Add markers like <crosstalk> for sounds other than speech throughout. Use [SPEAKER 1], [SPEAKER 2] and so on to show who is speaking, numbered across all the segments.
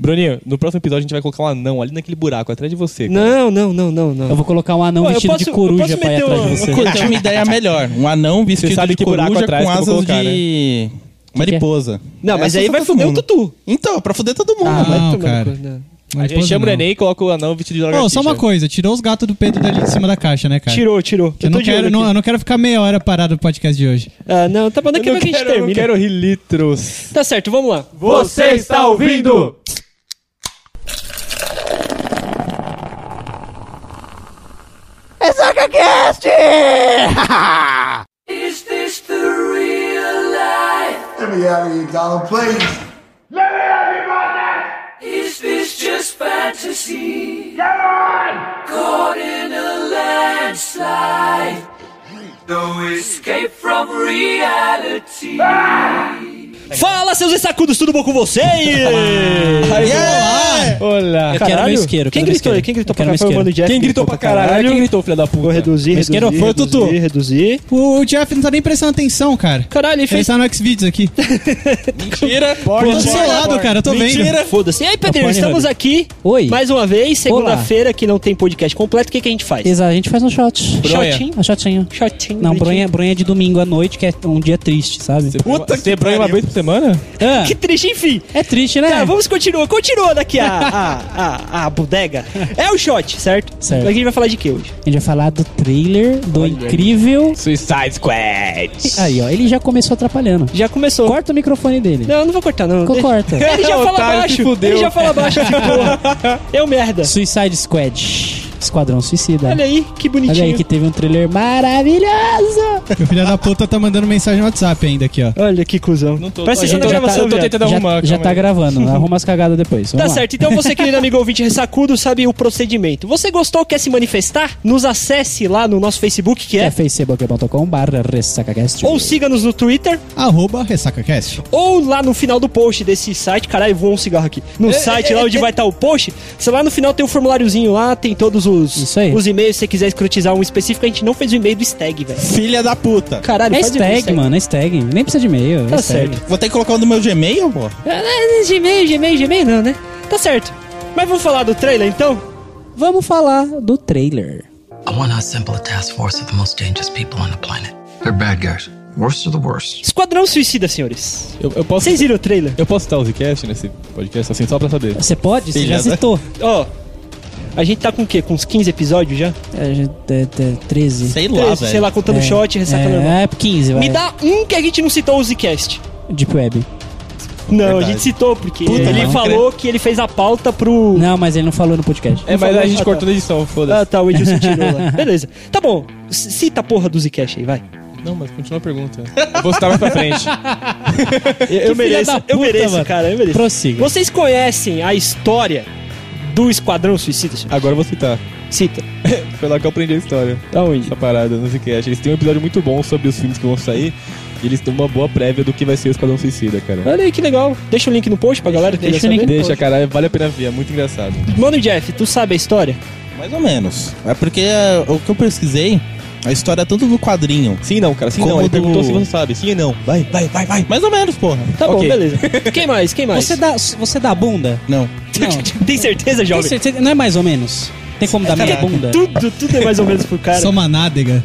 [SPEAKER 1] Bruninho, no próximo episódio a gente vai colocar um anão ali naquele buraco, atrás de você. cara.
[SPEAKER 2] Não, não, não, não,
[SPEAKER 3] Eu
[SPEAKER 2] não.
[SPEAKER 3] vou colocar um anão
[SPEAKER 1] Pô, eu
[SPEAKER 3] vestido
[SPEAKER 1] posso-
[SPEAKER 3] de
[SPEAKER 1] eu
[SPEAKER 3] coruja
[SPEAKER 1] posso
[SPEAKER 3] pra ir
[SPEAKER 1] meter um-
[SPEAKER 3] atrás
[SPEAKER 1] uma-
[SPEAKER 3] de você.
[SPEAKER 1] uma
[SPEAKER 3] O
[SPEAKER 1] coisa-
[SPEAKER 4] Eu tinha uma ideia melhor. Um anão vestido
[SPEAKER 1] sabe
[SPEAKER 4] de
[SPEAKER 1] que buraco
[SPEAKER 4] coruja
[SPEAKER 1] atrás
[SPEAKER 4] com
[SPEAKER 1] que eu vou
[SPEAKER 4] asas
[SPEAKER 1] colocar,
[SPEAKER 4] de né?
[SPEAKER 1] é?
[SPEAKER 4] mariposa.
[SPEAKER 2] Não, mas
[SPEAKER 1] Essa
[SPEAKER 2] aí
[SPEAKER 1] só
[SPEAKER 2] vai
[SPEAKER 1] pra todo
[SPEAKER 2] fuder o
[SPEAKER 1] mundo.
[SPEAKER 2] Tutu.
[SPEAKER 4] Então, pra fuder todo mundo.
[SPEAKER 2] Ah, vai
[SPEAKER 5] não,
[SPEAKER 2] tomar no
[SPEAKER 5] cara.
[SPEAKER 2] cu, não.
[SPEAKER 1] A gente chama o neném e coloca o anão vestido de lagartixa.
[SPEAKER 5] Ô, só uma coisa, tirou os gatos do peito dali de cima da caixa, né, cara?
[SPEAKER 2] Tirou, tirou.
[SPEAKER 5] Eu não,
[SPEAKER 2] de olho
[SPEAKER 5] quero, não,
[SPEAKER 2] aqui.
[SPEAKER 5] eu não quero ficar meia hora parado no podcast de hoje.
[SPEAKER 2] Ah, não, tá bom, daqui a
[SPEAKER 1] Eu não
[SPEAKER 2] pouco a
[SPEAKER 1] quero,
[SPEAKER 2] gente
[SPEAKER 1] eu não
[SPEAKER 2] termina.
[SPEAKER 1] quero rir litros.
[SPEAKER 2] Tá certo, vamos lá.
[SPEAKER 6] Você está ouvindo?
[SPEAKER 7] Let me out of here, Donald, please.
[SPEAKER 2] Fala, seus estacudos, tudo bom com vocês?
[SPEAKER 1] Ah. Olá.
[SPEAKER 3] Eu quero meu isqueiro. eu
[SPEAKER 2] Quem
[SPEAKER 3] quero meu
[SPEAKER 2] gritou aí?
[SPEAKER 3] isqueiro.
[SPEAKER 2] Quem gritou
[SPEAKER 3] Eu
[SPEAKER 2] pra
[SPEAKER 3] quero
[SPEAKER 2] caralho? Foi o
[SPEAKER 3] meu isqueiro.
[SPEAKER 2] Mano Jeff.
[SPEAKER 1] Quem gritou pra caralho? Quem gritou, filho da puta?
[SPEAKER 2] Vou reduzir,
[SPEAKER 3] Meu isqueiro
[SPEAKER 2] reduzir,
[SPEAKER 3] foi o
[SPEAKER 2] reduzir,
[SPEAKER 3] Tutu.
[SPEAKER 2] reduzir.
[SPEAKER 5] O Jeff não tá nem prestando atenção, cara.
[SPEAKER 2] Caralho, ele
[SPEAKER 5] Ele
[SPEAKER 2] fez...
[SPEAKER 5] tá no
[SPEAKER 2] <laughs>
[SPEAKER 5] Xvideos aqui.
[SPEAKER 1] Mentira.
[SPEAKER 5] Tô do seu lado, cara, eu tô vendo.
[SPEAKER 2] Foda-se. E aí, Pedrinho,
[SPEAKER 3] Pornhub.
[SPEAKER 2] estamos aqui
[SPEAKER 3] Oi.
[SPEAKER 2] mais uma vez, segunda-feira, que não tem podcast completo. O que, que a gente faz?
[SPEAKER 3] Exato, a gente faz um shot.
[SPEAKER 1] Bronha.
[SPEAKER 3] Shotinho? Um shotinho.
[SPEAKER 2] Shotinho.
[SPEAKER 3] Não,
[SPEAKER 2] bonitinho.
[SPEAKER 3] bronha, bronha é de domingo à noite, que é um dia triste, sabe?
[SPEAKER 1] Puta que Você banha uma vez por semana?
[SPEAKER 3] Ah,
[SPEAKER 2] Que triste, enfim.
[SPEAKER 3] é triste, né?
[SPEAKER 2] Tá, vamos continuar. Continua daqui a, a, a, a bodega. É o shot, certo?
[SPEAKER 3] Certo.
[SPEAKER 2] Mas a gente vai falar de que hoje?
[SPEAKER 3] A gente vai falar do trailer, do incrível...
[SPEAKER 1] Suicide Squad.
[SPEAKER 3] Aí, ó, ele já começou atrapalhando.
[SPEAKER 2] Já começou.
[SPEAKER 3] Corta o microfone dele.
[SPEAKER 2] Não, eu não vou cortar, não.
[SPEAKER 3] Co- Corta.
[SPEAKER 2] Ele já fala
[SPEAKER 1] Otário, se
[SPEAKER 2] baixo.
[SPEAKER 1] fudeu.
[SPEAKER 2] Ele já fala baixo, de
[SPEAKER 3] <laughs>
[SPEAKER 2] porra. Eu merda.
[SPEAKER 3] Suicide Squad. Esquadrão Suicida.
[SPEAKER 2] Olha aí, que
[SPEAKER 3] Olha
[SPEAKER 2] bonitinho.
[SPEAKER 3] aí que teve um trailer maravilhoso.
[SPEAKER 5] Meu filho da puta tá mandando mensagem no WhatsApp ainda aqui, ó.
[SPEAKER 2] Olha que cuzão.
[SPEAKER 1] Não tô.
[SPEAKER 2] Parece
[SPEAKER 1] Ó,
[SPEAKER 2] que
[SPEAKER 1] eu
[SPEAKER 2] na
[SPEAKER 1] tô-
[SPEAKER 2] gravação,
[SPEAKER 1] eu tô
[SPEAKER 2] viado.
[SPEAKER 1] tentando arrumar.
[SPEAKER 3] tá- Já, já tá
[SPEAKER 1] calma aí.
[SPEAKER 3] gravando, arruma as
[SPEAKER 1] <laughs>
[SPEAKER 3] cagadas depois.
[SPEAKER 2] Tá
[SPEAKER 3] Vamos lá.
[SPEAKER 2] certo, então você, querido amigo ouvinte ressacudo, sabe o procedimento. Você gostou, quer se manifestar? Nos acesse lá no nosso Facebook, que
[SPEAKER 3] É,
[SPEAKER 2] é.
[SPEAKER 3] facebook.com barra ressacacast.
[SPEAKER 2] Ou siga-nos no Twitter,
[SPEAKER 5] Arroba RessacaCast.
[SPEAKER 2] ou lá no final do post desse site. Caralho, voou um cigarro aqui.
[SPEAKER 3] É,
[SPEAKER 2] No site lá onde vai estar o post, sei lá no final tem o formuláriozinho lá, tem todos os,
[SPEAKER 3] Isso aí.
[SPEAKER 2] os e-mails. Se você quiser escrotizar um específico, a gente não fez o e-mail do Stag, velho.
[SPEAKER 4] Filha da puta.
[SPEAKER 2] Caralho,
[SPEAKER 3] É
[SPEAKER 2] faz o e-mail do
[SPEAKER 3] hashtag, mano, é hashtag. Nem precisa de e-mail. é
[SPEAKER 2] Tá
[SPEAKER 3] hashtag.
[SPEAKER 2] certo.
[SPEAKER 4] Vou ter que colocar o do meu Gmail, pô.
[SPEAKER 2] Ah, Gmail, Gmail, Gmail não, né? Tá certo. Mas vamos falar do trailer então?
[SPEAKER 3] Vamos falar do trailer.
[SPEAKER 8] I want to assemble a task force of the most dangerous people on the planet.
[SPEAKER 7] They're bad guys. Worst of the worst.
[SPEAKER 2] Esquadrão Suicida, senhores.
[SPEAKER 1] Eu, eu posso.
[SPEAKER 2] Vocês viram o trailer?
[SPEAKER 1] Eu posso citar o Zcast nesse podcast assim só pra saber.
[SPEAKER 3] Você pode? Você já
[SPEAKER 4] Filha da-
[SPEAKER 3] citou.
[SPEAKER 2] Ó, a gente tá com o quê? Com uns 15 episódios já?
[SPEAKER 3] É, já- é, é, 13.
[SPEAKER 4] Sei lá,
[SPEAKER 2] Treze,
[SPEAKER 4] velho.
[SPEAKER 2] sei lá, contando
[SPEAKER 3] É,
[SPEAKER 2] shot, ressaca normal.
[SPEAKER 3] é, é, 15, vai.
[SPEAKER 2] Me dá um que a gente não citou o Zcast.
[SPEAKER 3] Deep Web.
[SPEAKER 2] Não, a
[SPEAKER 4] Verdade.
[SPEAKER 2] gente citou, porque
[SPEAKER 4] Puta,
[SPEAKER 2] ele
[SPEAKER 4] não.
[SPEAKER 2] falou que ele fez a pauta pro.
[SPEAKER 3] Não, mas ele não falou no podcast.
[SPEAKER 1] É, mas
[SPEAKER 2] falou,
[SPEAKER 1] a gente
[SPEAKER 2] ah,
[SPEAKER 1] cortou
[SPEAKER 2] tá.
[SPEAKER 1] na edição, foda-se.
[SPEAKER 2] Ah, tá, o Edilson tirou lá. Beleza. Tá bom, c- cita a porra do Zcast aí, vai.
[SPEAKER 1] Não, mas continua a pergunta. Eu vou citar mais pra frente.
[SPEAKER 2] Eu,
[SPEAKER 3] filha
[SPEAKER 2] mereço,
[SPEAKER 3] da
[SPEAKER 2] eu
[SPEAKER 3] puta,
[SPEAKER 2] mereço,
[SPEAKER 3] mano.
[SPEAKER 2] cara, eu mereço.
[SPEAKER 3] Prossiga.
[SPEAKER 2] Vocês conhecem a história do Esquadrão Suicida? senhor?
[SPEAKER 1] Agora eu vou citar.
[SPEAKER 2] Cita.
[SPEAKER 1] Foi lá que eu aprendi a história.
[SPEAKER 2] Da onde?
[SPEAKER 1] Essa parada no Zcast. Eles têm um episódio muito bom sobre os filmes que vão sair. E eles têm uma boa prévia do que vai ser o Esquadrão Suicida, cara.
[SPEAKER 2] Olha aí que legal. Deixa o link no post pra galera que
[SPEAKER 3] deixa
[SPEAKER 2] quiser
[SPEAKER 3] o link
[SPEAKER 2] saber.
[SPEAKER 1] Deixa, cara, vale a pena ver, é muito engraçado.
[SPEAKER 2] Mano, Jeff, tu sabe a história?
[SPEAKER 4] Mais ou menos. É porque é, o que eu pesquisei, a história é tanto do quadrinho.
[SPEAKER 1] Sim, não, cara, sim,
[SPEAKER 4] Como
[SPEAKER 1] não. Ele
[SPEAKER 4] do-
[SPEAKER 1] perguntou se você sabe. Sim né? e não. Vai, vai, vai, vai.
[SPEAKER 4] Mais ou menos, porra.
[SPEAKER 2] Tá bom,
[SPEAKER 1] Ok.
[SPEAKER 2] beleza. Quem mais? Quem mais?
[SPEAKER 3] Você dá, você dá bunda?
[SPEAKER 4] Não.
[SPEAKER 3] Não.
[SPEAKER 2] <laughs> Tem certeza,
[SPEAKER 3] Tem
[SPEAKER 2] jovem?
[SPEAKER 3] certeza- não é mais ou menos? Tem como dar
[SPEAKER 2] tá
[SPEAKER 3] meia bunda?
[SPEAKER 2] Tudo, tudo é mais ou menos pro cara.
[SPEAKER 5] Sou uma nádega.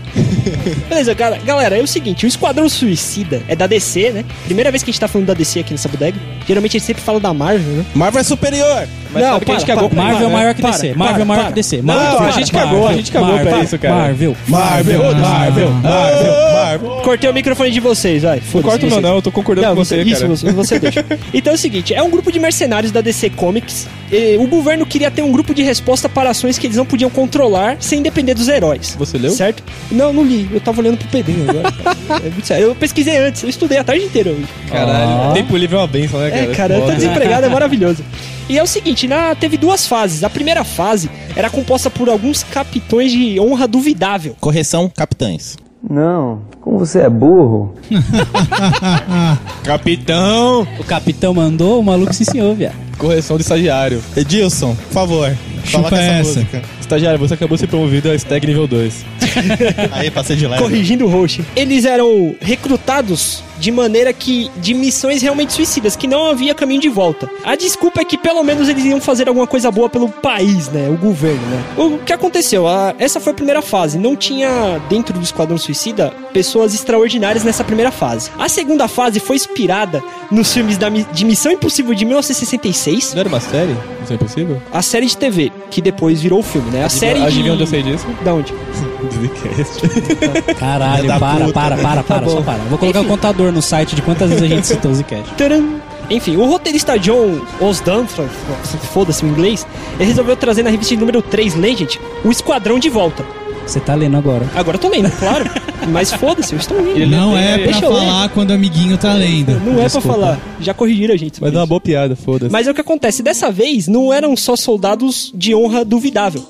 [SPEAKER 2] Beleza, cara. Galera, é o seguinte: o Esquadrão Suicida é da DC, né? Primeira vez que a gente tá falando da DC aqui nessa bodega. Geralmente a gente sempre fala da Marvel, né?
[SPEAKER 4] Marvel é superior.
[SPEAKER 1] Mas sabe que a gente cagou pra
[SPEAKER 3] Marvel é
[SPEAKER 1] isso, né?
[SPEAKER 3] maior que
[SPEAKER 2] Para,
[SPEAKER 3] DC.
[SPEAKER 2] para,
[SPEAKER 3] Marvel é maior
[SPEAKER 2] para.
[SPEAKER 3] que DC.
[SPEAKER 1] Não,
[SPEAKER 3] Marvel,
[SPEAKER 1] a gente cagou, a gente cagou
[SPEAKER 3] Marvel,
[SPEAKER 1] pra isso, cara.
[SPEAKER 3] Marvel.
[SPEAKER 4] Marvel,
[SPEAKER 1] Ah,
[SPEAKER 4] Marvel, Marvel, Marvel.
[SPEAKER 2] Cortei o microfone de vocês, vai.
[SPEAKER 1] Não
[SPEAKER 2] Foda-se,
[SPEAKER 1] ah, corta o meu,
[SPEAKER 2] vocês.
[SPEAKER 1] não, eu tô concordando
[SPEAKER 2] Não,
[SPEAKER 1] com
[SPEAKER 2] você,
[SPEAKER 1] você,
[SPEAKER 2] isso,
[SPEAKER 1] cara.
[SPEAKER 2] você, você deixa. Então é o seguinte: é um grupo de mercenários da DC Comics. E o governo queria ter um grupo de resposta para ações que eles não podiam controlar sem depender dos heróis.
[SPEAKER 1] Você leu?
[SPEAKER 2] Certo? Não, não li. Eu tava olhando pro
[SPEAKER 1] <laughs> tá
[SPEAKER 2] Pedrinho agora.
[SPEAKER 1] né?
[SPEAKER 2] cara. é muito sério. Eu pesquisei antes, eu estudei a tarde inteira hoje.
[SPEAKER 1] Caralho. Tempo livre é uma benção, né,
[SPEAKER 2] É,
[SPEAKER 1] cara?
[SPEAKER 2] cara,
[SPEAKER 1] Foda.
[SPEAKER 2] tá desempregado, é maravilhoso. E é o seguinte, na, teve duas fases. A primeira fase era composta por alguns capitões de honra duvidável.
[SPEAKER 4] Correção, capitães.
[SPEAKER 9] Não, como você é burro.
[SPEAKER 4] <laughs> Capitão!
[SPEAKER 3] O capitão mandou, o maluco se ensinou, viado.
[SPEAKER 1] Correção de estagiário.
[SPEAKER 4] Edilson, por favor.
[SPEAKER 5] Chupa
[SPEAKER 4] coloca
[SPEAKER 5] essa.
[SPEAKER 4] música.
[SPEAKER 1] Estagiário, você acabou de ser promovido a Stag nível 2.
[SPEAKER 4] Aí, passei
[SPEAKER 1] É.
[SPEAKER 4] de leve.
[SPEAKER 2] Corrigindo o host. Eles eram recrutados de maneira que. de missões realmente suicidas, que não havia caminho de volta. A desculpa é que pelo menos eles iam fazer alguma coisa boa pelo país, né? O governo, né? O que aconteceu? A- essa foi a primeira fase. Não tinha, dentro do Esquadrão Suicida, pessoas extraordinárias nessa primeira fase. A segunda fase foi inspirada nos filmes da, mi- de Missão Impossível de 1966,
[SPEAKER 1] Não era uma série? Isso é impossível?
[SPEAKER 2] né? a série de TV, que depois virou o filme, né? A série de.
[SPEAKER 1] Adivinha onde eu sei disso?
[SPEAKER 2] Da onde?
[SPEAKER 3] Caralho,
[SPEAKER 4] Filha da
[SPEAKER 3] para,
[SPEAKER 4] puta.
[SPEAKER 3] para, para,
[SPEAKER 2] Tá
[SPEAKER 3] para, só para. Vou colocar o contador no site de quantas vezes a gente citou o Zcast.
[SPEAKER 2] Tcharam! Enfim, o roteirista John Osdanford, foda-se o inglês, ele resolveu trazer na revista de número 3 Legend o Esquadrão de volta.
[SPEAKER 3] Você tá lendo agora.
[SPEAKER 2] Agora eu tô lendo, claro. Mas foda-se, eu estou lendo.
[SPEAKER 5] Não é pra
[SPEAKER 2] Deixa eu ler.
[SPEAKER 5] falar quando o amiguinho tá lendo.
[SPEAKER 2] Não é pra falar. Já corrigiram a gente.
[SPEAKER 1] Mas é uma boa piada, foda-se.
[SPEAKER 2] Mas é o que acontece, dessa vez não eram só soldados de honra duvidável.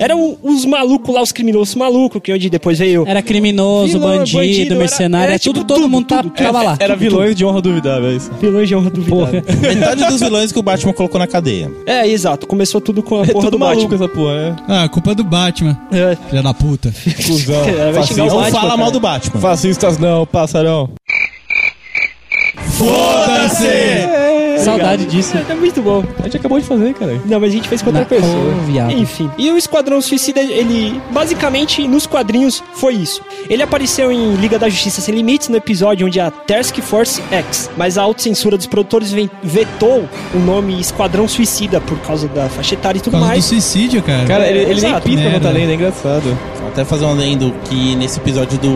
[SPEAKER 2] Eram os malucos lá, os criminosos malucos, que onde depois veio.
[SPEAKER 3] Era criminoso,
[SPEAKER 2] Vilão, é
[SPEAKER 3] bandido,
[SPEAKER 2] bandido, era-
[SPEAKER 3] mercenário,
[SPEAKER 2] era
[SPEAKER 3] é tudo,
[SPEAKER 2] tipo
[SPEAKER 3] todo
[SPEAKER 2] tudo,
[SPEAKER 3] mundo tá-
[SPEAKER 2] tudo, tudo.
[SPEAKER 3] tava lá.
[SPEAKER 1] Era vilões de honra duvidável, é isso.
[SPEAKER 2] Vilões de honra duvidável.
[SPEAKER 4] Metade dos vilões que o Batman colocou na cadeia.
[SPEAKER 2] É, exato. Começou tudo com a
[SPEAKER 1] É
[SPEAKER 2] porra
[SPEAKER 1] tudo
[SPEAKER 2] do
[SPEAKER 1] maluco
[SPEAKER 2] Batman.
[SPEAKER 1] essa porra, né?
[SPEAKER 5] Ah, culpa do Batman.
[SPEAKER 2] É.
[SPEAKER 5] Filha da puta.
[SPEAKER 1] Cusão.
[SPEAKER 2] É, vai xingar o
[SPEAKER 4] Não
[SPEAKER 2] Batman,
[SPEAKER 4] fala
[SPEAKER 2] cara.
[SPEAKER 4] mal do Batman.
[SPEAKER 1] Fascistas não, passarão.
[SPEAKER 4] Foda-se!
[SPEAKER 3] Saudade disso.
[SPEAKER 2] É, é muito bom.
[SPEAKER 1] A gente acabou de fazer, cara.
[SPEAKER 2] Não, mas a gente fez com outra
[SPEAKER 3] Na-
[SPEAKER 2] pessoa.
[SPEAKER 3] Ô, viado.
[SPEAKER 2] Enfim. E o Esquadrão Suicida, ele basicamente nos quadrinhos foi isso. Ele apareceu em Liga da Justiça Sem Limites, no episódio onde a Task Force X, mas a autocensura dos produtores ven- vetou o nome Esquadrão Suicida por causa da faixa etária e
[SPEAKER 5] Por
[SPEAKER 2] tudo
[SPEAKER 5] causa do
[SPEAKER 2] mais.
[SPEAKER 5] suicídio, cara.
[SPEAKER 1] Cara, ele, ele nem
[SPEAKER 2] Exato,
[SPEAKER 1] pisca no
[SPEAKER 5] merda.
[SPEAKER 1] talento, é engraçado.
[SPEAKER 4] Até fazer um lendo que nesse episódio do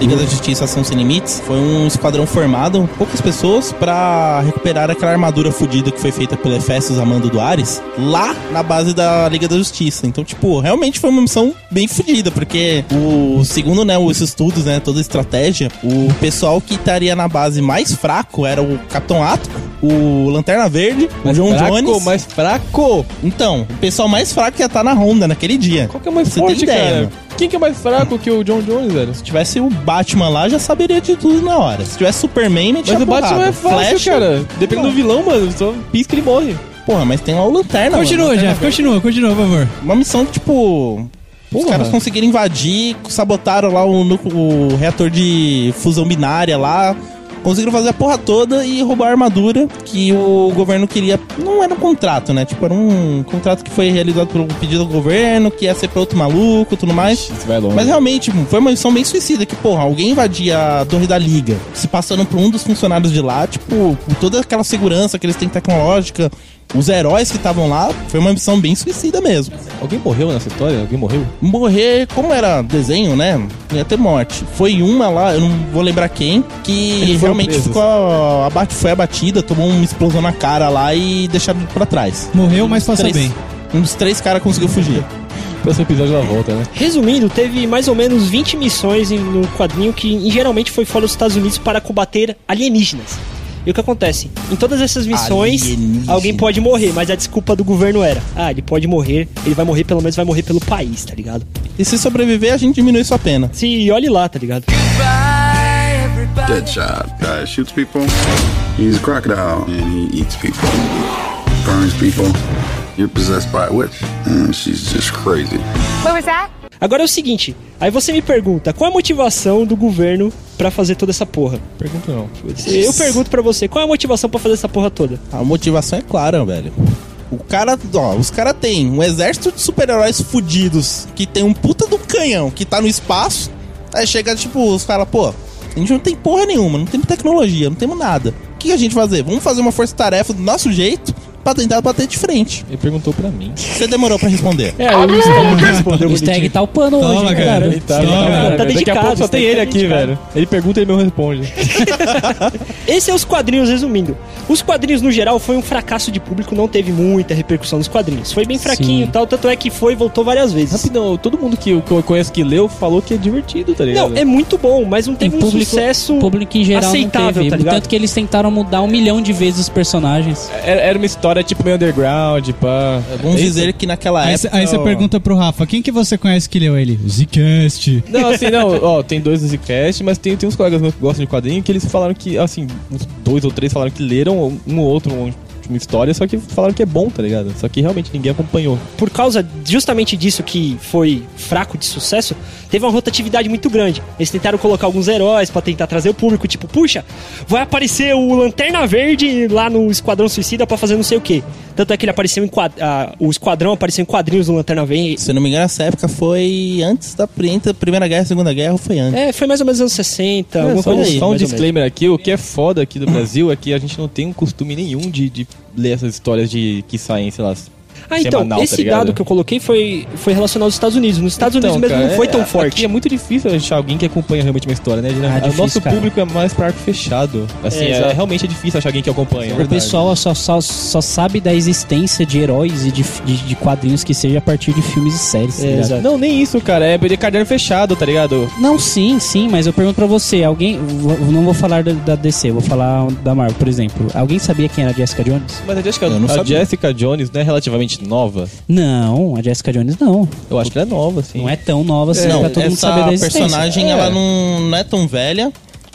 [SPEAKER 4] Liga da Justiça Ação Sem Limites foi um esquadrão formado, poucas pessoas, pra recuperar aquela armadura fodida que foi feita pelo Efestos a mando do Ares, lá na base da Liga da Justiça. Então, tipo, realmente foi uma missão bem fodida, porque o segundo, né, os estudos, né, toda a estratégia, o pessoal que estaria na base mais fraco era o Capitão Átomo, o Lanterna Verde, o
[SPEAKER 2] Um
[SPEAKER 4] John
[SPEAKER 1] fraco,
[SPEAKER 4] Jones.
[SPEAKER 1] mais fraco.
[SPEAKER 4] Então, o pessoal mais fraco ia estar na Honda naquele dia.
[SPEAKER 1] Qual que é mais
[SPEAKER 4] Você tem
[SPEAKER 1] forte,
[SPEAKER 4] ideia,
[SPEAKER 1] cara?
[SPEAKER 4] mano?
[SPEAKER 1] Quem que é mais fraco que o John Jones, velho?
[SPEAKER 4] Se tivesse o Batman lá, já saberia de tudo na hora. Se tivesse Superman, metia
[SPEAKER 1] Mas o
[SPEAKER 4] porrada.
[SPEAKER 1] Batman é fácil,
[SPEAKER 4] Flash,
[SPEAKER 1] cara. Depende do vilão, mano. Só pisca ele morre.
[SPEAKER 4] Porra, mas tem lá o Lanterna,
[SPEAKER 5] Continua,
[SPEAKER 4] mano.
[SPEAKER 5] Jeff, continua, continua, por favor.
[SPEAKER 4] Uma missão que, tipo... Os
[SPEAKER 1] Porra.
[SPEAKER 4] caras conseguiram invadir, sabotaram lá o, núcleo- o reator de fusão binária lá. Conseguiram fazer a porra toda e roubar a armadura que o governo queria. Não era um contrato, né? Tipo, era um contrato que foi realizado por um pedido do governo, que ia ser pra outro maluco tudo mais.
[SPEAKER 1] Isso vai longe.
[SPEAKER 4] Mas realmente, foi uma missão bem suicida, que, porra, alguém invadia a torre da liga, se passando por um dos funcionários de lá, tipo, com toda aquela segurança que eles têm tecnológica, os heróis que estavam lá, foi uma missão bem suicida mesmo.
[SPEAKER 1] Alguém morreu nessa história? Alguém morreu?
[SPEAKER 4] Morrer, como era desenho, né? Ia ter morte. Foi uma lá, eu não vou lembrar quem, que
[SPEAKER 1] Eles foram
[SPEAKER 4] realmente
[SPEAKER 1] presos.
[SPEAKER 4] ficou. Abate, foi abatida, tomou uma explosão na cara lá e deixaram pra trás.
[SPEAKER 5] Morreu, mas passa
[SPEAKER 4] Três-
[SPEAKER 5] bem.
[SPEAKER 4] Um dos três caras conseguiu fugir.
[SPEAKER 1] Próximo episódio da volta, né?
[SPEAKER 2] Resumindo, teve mais ou menos 20 missões em- no quadrinho que em- geralmente foi fora dos Estados Unidos para combater alienígenas. E o que acontece? Em todas essas missões,
[SPEAKER 4] Alienígena.
[SPEAKER 2] alguém pode morrer, mas a desculpa do governo era: ah, ele pode morrer, ele vai morrer, pelo menos vai morrer pelo país, tá ligado?
[SPEAKER 4] E se sobreviver, a gente diminui sua pena.
[SPEAKER 2] Se olhe lá, tá ligado?
[SPEAKER 10] Deadshot uh, shoots people. He's a crocodile and he eats people, burns people. You're possessed by a witch. Mm, she's just crazy.
[SPEAKER 11] Where was that?
[SPEAKER 2] Agora é o seguinte: aí você me pergunta, qual é a motivação do governo pra fazer toda essa porra?
[SPEAKER 1] Pergunta não.
[SPEAKER 2] Eu pergunto pra você, qual é a motivação pra fazer essa porra toda?
[SPEAKER 4] A motivação é clara, velho. O cara, ó, os caras têm um exército de super-heróis fudidos que tem um puta do canhão que tá no espaço. Aí chega, tipo, os caras, pô, a gente não tem porra nenhuma, não temos tecnologia, não temos nada. O que a gente fazer? Vamos fazer uma força-tarefa do nosso jeito pra tentar bater de frente.
[SPEAKER 1] Ele perguntou pra mim.
[SPEAKER 4] Você demorou pra responder.
[SPEAKER 2] É, eu
[SPEAKER 3] O Stag tá upando hoje,
[SPEAKER 5] Toma,
[SPEAKER 3] hein,
[SPEAKER 5] cara.
[SPEAKER 3] cara.
[SPEAKER 1] Tá,
[SPEAKER 5] Não,
[SPEAKER 2] tá
[SPEAKER 1] Daqui a
[SPEAKER 2] dedicado,
[SPEAKER 1] pouco só
[SPEAKER 2] você
[SPEAKER 1] tem
[SPEAKER 2] tá
[SPEAKER 1] ele aqui,
[SPEAKER 2] dedicado.
[SPEAKER 1] velho. Ele pergunta e ele não responde.
[SPEAKER 2] Esse é os quadrinhos, resumindo. Os quadrinhos, no geral, foi um fracasso de público, não teve muita repercussão nos quadrinhos. Foi bem fraquinho e
[SPEAKER 3] Sim.
[SPEAKER 2] tal, tanto é que foi e voltou várias vezes.
[SPEAKER 1] Rapidão, todo mundo que eu que eu conheço que leu falou que é divertido, tá ligado?
[SPEAKER 2] Não, é muito bom, mas não teve
[SPEAKER 3] Em
[SPEAKER 2] um sucesso.
[SPEAKER 3] público em geral
[SPEAKER 2] aceitável,
[SPEAKER 3] não teve.
[SPEAKER 2] tá ligado?
[SPEAKER 3] Tanto que eles tentaram mudar um milhão de vezes os personagens.
[SPEAKER 1] Era, era uma história tipo meio underground, pá. É
[SPEAKER 4] Vamos dizer que naquela
[SPEAKER 5] Aí, cê-
[SPEAKER 4] época.
[SPEAKER 5] aí você
[SPEAKER 4] ó,
[SPEAKER 5] pergunta pro Rafa, quem que você conhece que leu ele? Zcast.
[SPEAKER 1] Não, assim, não, ó, tem dois do Zcast, mas tem, tem uns colegas meus que gostam de quadrinho que eles falaram que, assim, uns dois ou três falaram que leram um ou outro, um, tipo, uma história, só que falaram que é bom, tá ligado? Só que realmente ninguém acompanhou.
[SPEAKER 2] por causa justamente disso que foi fraco de sucesso, teve uma rotatividade muito grande. Eles tentaram colocar alguns heróis pra tentar trazer o público, tipo, puxa, vai aparecer o Lanterna Verde lá no Esquadrão Suicida pra fazer não sei o quê. Tanto é que ele apareceu em quad... ah, o Esquadrão apareceu em quadrinhos do Lanterna Verde.
[SPEAKER 4] Se eu não me engano, essa época foi antes da pri- entre a Primeira Guerra e a Segunda Guerra, ou foi antes.
[SPEAKER 2] É, foi mais ou menos nos anos 60, alguma
[SPEAKER 1] só,
[SPEAKER 2] coisa
[SPEAKER 1] um- só
[SPEAKER 2] assim.
[SPEAKER 1] um
[SPEAKER 2] mais ou menos.
[SPEAKER 1] disclaimer aqui, o que é foda aqui do Brasil é que a gente não tem um costume nenhum de, de ler essas histórias de que saem, sei lá.
[SPEAKER 2] Ah, então,
[SPEAKER 1] semanal, tá
[SPEAKER 2] esse
[SPEAKER 1] ligado?
[SPEAKER 2] dado que eu coloquei foi, foi relacionado aos Estados Unidos. Nos Estados
[SPEAKER 1] Então,
[SPEAKER 2] Unidos mesmo
[SPEAKER 1] cara,
[SPEAKER 2] não foi
[SPEAKER 1] é-
[SPEAKER 2] tão
[SPEAKER 1] Aqui
[SPEAKER 2] forte.
[SPEAKER 1] é muito difícil achar alguém que acompanha realmente uma história, né? Dina?
[SPEAKER 3] Ah,
[SPEAKER 1] Ah, o
[SPEAKER 3] difícil,
[SPEAKER 1] nosso
[SPEAKER 3] cara.
[SPEAKER 1] público é mais pra arco fechado. Assim,
[SPEAKER 2] É,
[SPEAKER 1] é,
[SPEAKER 2] exato.
[SPEAKER 1] realmente é difícil achar alguém que
[SPEAKER 2] É
[SPEAKER 1] acompanha.
[SPEAKER 3] O pessoal só, só, só sabe da existência de heróis e de, de, de quadrinhos que seja a partir de filmes e séries. tá
[SPEAKER 2] É,
[SPEAKER 3] ligado?
[SPEAKER 2] exato.
[SPEAKER 1] Não, nem isso, cara. É de caderno fechado, tá ligado?
[SPEAKER 3] Não, sim, sim, mas eu pergunto pra você, alguém. vou- Não vou falar da- da DC, vou falar da Marvel, por exemplo. Alguém sabia quem era a Jessica Jones?
[SPEAKER 1] Mas a Jessica,
[SPEAKER 4] Eu não
[SPEAKER 1] a
[SPEAKER 4] sabia.
[SPEAKER 1] Jessica Jones não é relativamente nova.
[SPEAKER 3] Não, a Jessica Jones não.
[SPEAKER 1] Eu acho que ela é nova, assim.
[SPEAKER 3] Não é tão nova assim
[SPEAKER 4] não,
[SPEAKER 3] pra todo mundo
[SPEAKER 4] essa
[SPEAKER 3] saber da existência.
[SPEAKER 4] personagem
[SPEAKER 1] É.
[SPEAKER 4] ela não, não é tão velha,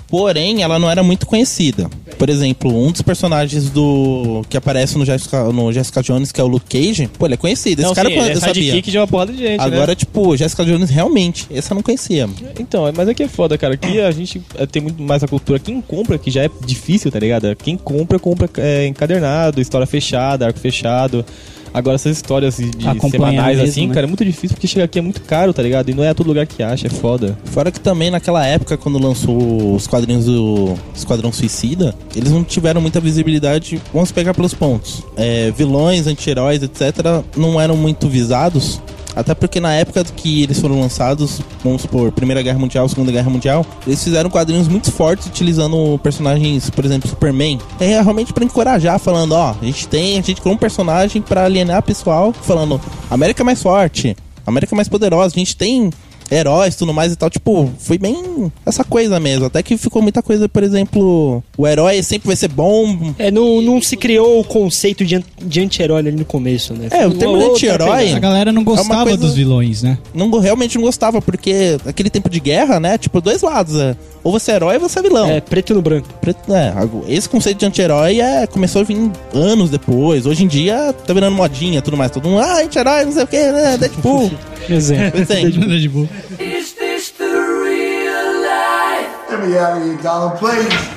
[SPEAKER 4] porém ela não era muito conhecida. Por exemplo, um dos personagens do que aparece no Jessica, no Jessica Jones, que é o Luke Cage, pô, ele é conhecido. Esse
[SPEAKER 1] Não,
[SPEAKER 4] cara
[SPEAKER 1] sim,
[SPEAKER 4] pô,
[SPEAKER 1] é
[SPEAKER 4] eu sabia.
[SPEAKER 1] sidekick de uma porrada de gente, né?
[SPEAKER 4] Agora, tipo, Jessica Jones realmente, essa eu não conhecia.
[SPEAKER 1] Então, é- mas é que é foda, cara. Aqui a gente é, tem muito mais a cultura. Quem compra, que já é difícil, tá ligado? Quem compra, compra é, encadernado, história fechada, arco fechado. Agora, essas histórias de de
[SPEAKER 3] Acompanhar
[SPEAKER 1] semanais,
[SPEAKER 3] mesmo,
[SPEAKER 1] assim,
[SPEAKER 3] né?
[SPEAKER 1] cara, é muito difícil porque chegar aqui é muito caro, tá ligado? E não é todo lugar que acha, é foda.
[SPEAKER 4] Fora que também naquela época, quando lançou os quadrinhos do Esquadrão Suicida, eles não tiveram muita visibilidade. Vamos pegar pelos pontos. É, vilões, anti-heróis, etc., não eram muito visados. Até porque na época que eles foram lançados, vamos supor, Primeira Guerra Mundial, Segunda Guerra Mundial, eles fizeram quadrinhos muito fortes utilizando personagens, por exemplo, Superman. É realmente pra encorajar, falando, ó, a gente tem, a gente criou um personagem pra alienar pessoal, falando, América é mais forte, América é mais poderosa, a gente tem heróis tudo mais e tal. Tipo, foi bem essa coisa mesmo. Até que ficou muita coisa, por exemplo, o herói sempre vai ser bom.
[SPEAKER 2] É, não, não se criou o conceito de, an- de anti-herói ali no começo, né?
[SPEAKER 4] É, o
[SPEAKER 2] Uma
[SPEAKER 4] termo de
[SPEAKER 2] outra
[SPEAKER 4] anti-herói-
[SPEAKER 2] pegada.
[SPEAKER 5] A galera não gostava
[SPEAKER 4] coisa-
[SPEAKER 5] dos vilões, né?
[SPEAKER 4] Não, go- realmente não gostava, porque aquele tempo de guerra, né? Tipo, dois lados. É. Ou você é herói ou você é vilão.
[SPEAKER 2] É, preto no branco.
[SPEAKER 4] Preto- é, algo- esse conceito de anti-herói é, começou a vir anos depois. Hoje em dia tá virando modinha tudo mais. Todo mundo, ah, anti-herói, não sei o que, né? Deadpool.
[SPEAKER 3] Exemplo.
[SPEAKER 4] Entende?
[SPEAKER 5] Tipo,
[SPEAKER 7] Is this the real life? Get me out of here, Donald, please.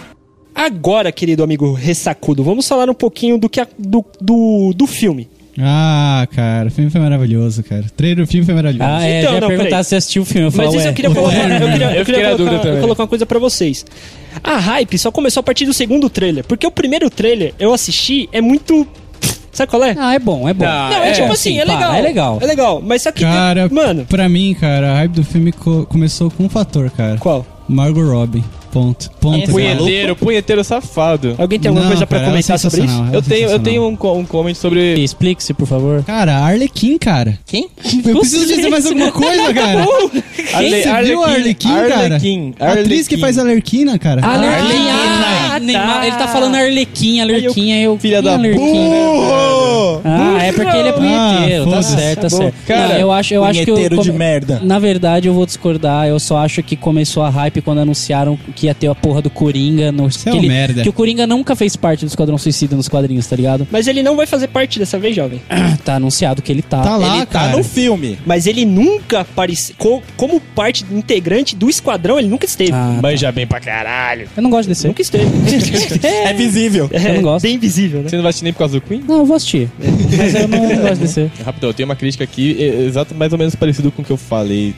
[SPEAKER 2] Agora, querido amigo ressacudo, vamos falar um pouquinho do que a- do, do, do filme.
[SPEAKER 5] ah, cara, o filme foi maravilhoso, cara. O trailer do filme foi maravilhoso.
[SPEAKER 3] Ah, é,
[SPEAKER 2] Então,
[SPEAKER 3] eu ia
[SPEAKER 2] não,
[SPEAKER 3] perguntar
[SPEAKER 2] peraí.
[SPEAKER 3] se assistiu o filme. Eu
[SPEAKER 2] Mas
[SPEAKER 3] falo, é,
[SPEAKER 2] isso
[SPEAKER 3] ué,
[SPEAKER 2] é. <laughs> eu queria colocar, eu queria, eu
[SPEAKER 1] Eu
[SPEAKER 2] queria
[SPEAKER 1] fiquei na dúvida
[SPEAKER 2] colocar, eu
[SPEAKER 1] também.
[SPEAKER 2] colocar uma coisa pra vocês. A hype só começou a partir do segundo trailer, porque o primeiro trailer eu assisti é muito. Sabe qual é?
[SPEAKER 3] Ah, é bom, é bom.
[SPEAKER 1] Não,
[SPEAKER 2] Não, é, tipo assim, é
[SPEAKER 3] pá,
[SPEAKER 2] legal.
[SPEAKER 3] é legal.
[SPEAKER 2] É legal, mas só que.
[SPEAKER 5] Cara,
[SPEAKER 2] mano,
[SPEAKER 5] pra mim, cara, a hype do filme co- começou com um fator, cara.
[SPEAKER 2] qual?
[SPEAKER 5] Margot Robbie. Ponto. Ponto.
[SPEAKER 4] Esse é
[SPEAKER 5] cara.
[SPEAKER 1] Punheteiro, punheteiro safado.
[SPEAKER 2] Alguém tem alguma
[SPEAKER 5] Não,
[SPEAKER 2] coisa pra
[SPEAKER 5] cara, ela é
[SPEAKER 2] comentar sobre isso?
[SPEAKER 5] sensacional, ela é
[SPEAKER 1] Eu tenho, eu
[SPEAKER 5] sensacional.
[SPEAKER 1] tenho um, co- um comment sobre.
[SPEAKER 3] Explique-se, por favor.
[SPEAKER 5] Cara, Arlequim, cara.
[SPEAKER 4] Quem?
[SPEAKER 5] Eu preciso dizer
[SPEAKER 3] <laughs>
[SPEAKER 5] mais alguma coisa, cara.
[SPEAKER 1] Arle-
[SPEAKER 5] Você viu a Arlequim, cara?
[SPEAKER 1] Arlequim,
[SPEAKER 5] A atriz que
[SPEAKER 1] Arlequim.
[SPEAKER 5] faz a Arlequina, cara. Tá
[SPEAKER 3] Arlequina.
[SPEAKER 2] Ah,
[SPEAKER 3] Neymar, Ele tá falando Arlequinha, Arlequinha, eu...
[SPEAKER 1] Filha da
[SPEAKER 4] Burro!
[SPEAKER 3] Ah, é porque ele é punheteiro,
[SPEAKER 5] Ah,
[SPEAKER 3] tá
[SPEAKER 5] foda-se.
[SPEAKER 3] certo, tá
[SPEAKER 1] Acabou.
[SPEAKER 3] certo.
[SPEAKER 1] Cara,
[SPEAKER 3] Não, eu acho, eu acho que eu
[SPEAKER 4] punheteiro de merda.
[SPEAKER 3] Na verdade, eu vou discordar. Eu só acho que começou a hype quando anunciaram que ia ter a porra do Coringa no
[SPEAKER 5] é
[SPEAKER 3] que,
[SPEAKER 5] um merda.
[SPEAKER 3] que o Coringa nunca fez parte do Esquadrão Suicida nos quadrinhos, tá ligado? <clears throat>
[SPEAKER 2] Mas ele não vai fazer parte dessa vez, jovem.
[SPEAKER 3] Tá anunciado que ele tá.
[SPEAKER 5] Tá lá,
[SPEAKER 4] Ele tá
[SPEAKER 5] cara.
[SPEAKER 4] no filme.
[SPEAKER 2] Mas ele nunca apareceu. co- Como parte integrante do esquadrão, ele nunca esteve.
[SPEAKER 3] Ah,
[SPEAKER 1] Manja bem pra caralho.
[SPEAKER 3] eu não gosto desse.
[SPEAKER 2] Nunca esteve.
[SPEAKER 4] É visível.
[SPEAKER 3] Eu
[SPEAKER 2] <laughs>
[SPEAKER 3] não gosto.
[SPEAKER 2] Bem invisível, né?
[SPEAKER 1] <laughs> Você não vai assistir nem por causa do Queen?
[SPEAKER 3] Não, eu vou assistir. Mas eu não, não
[SPEAKER 1] <laughs>
[SPEAKER 3] gosto desse.
[SPEAKER 1] Rapidão, eu tenho uma crítica aqui, é, exato, mais ou menos parecido com o que eu falei,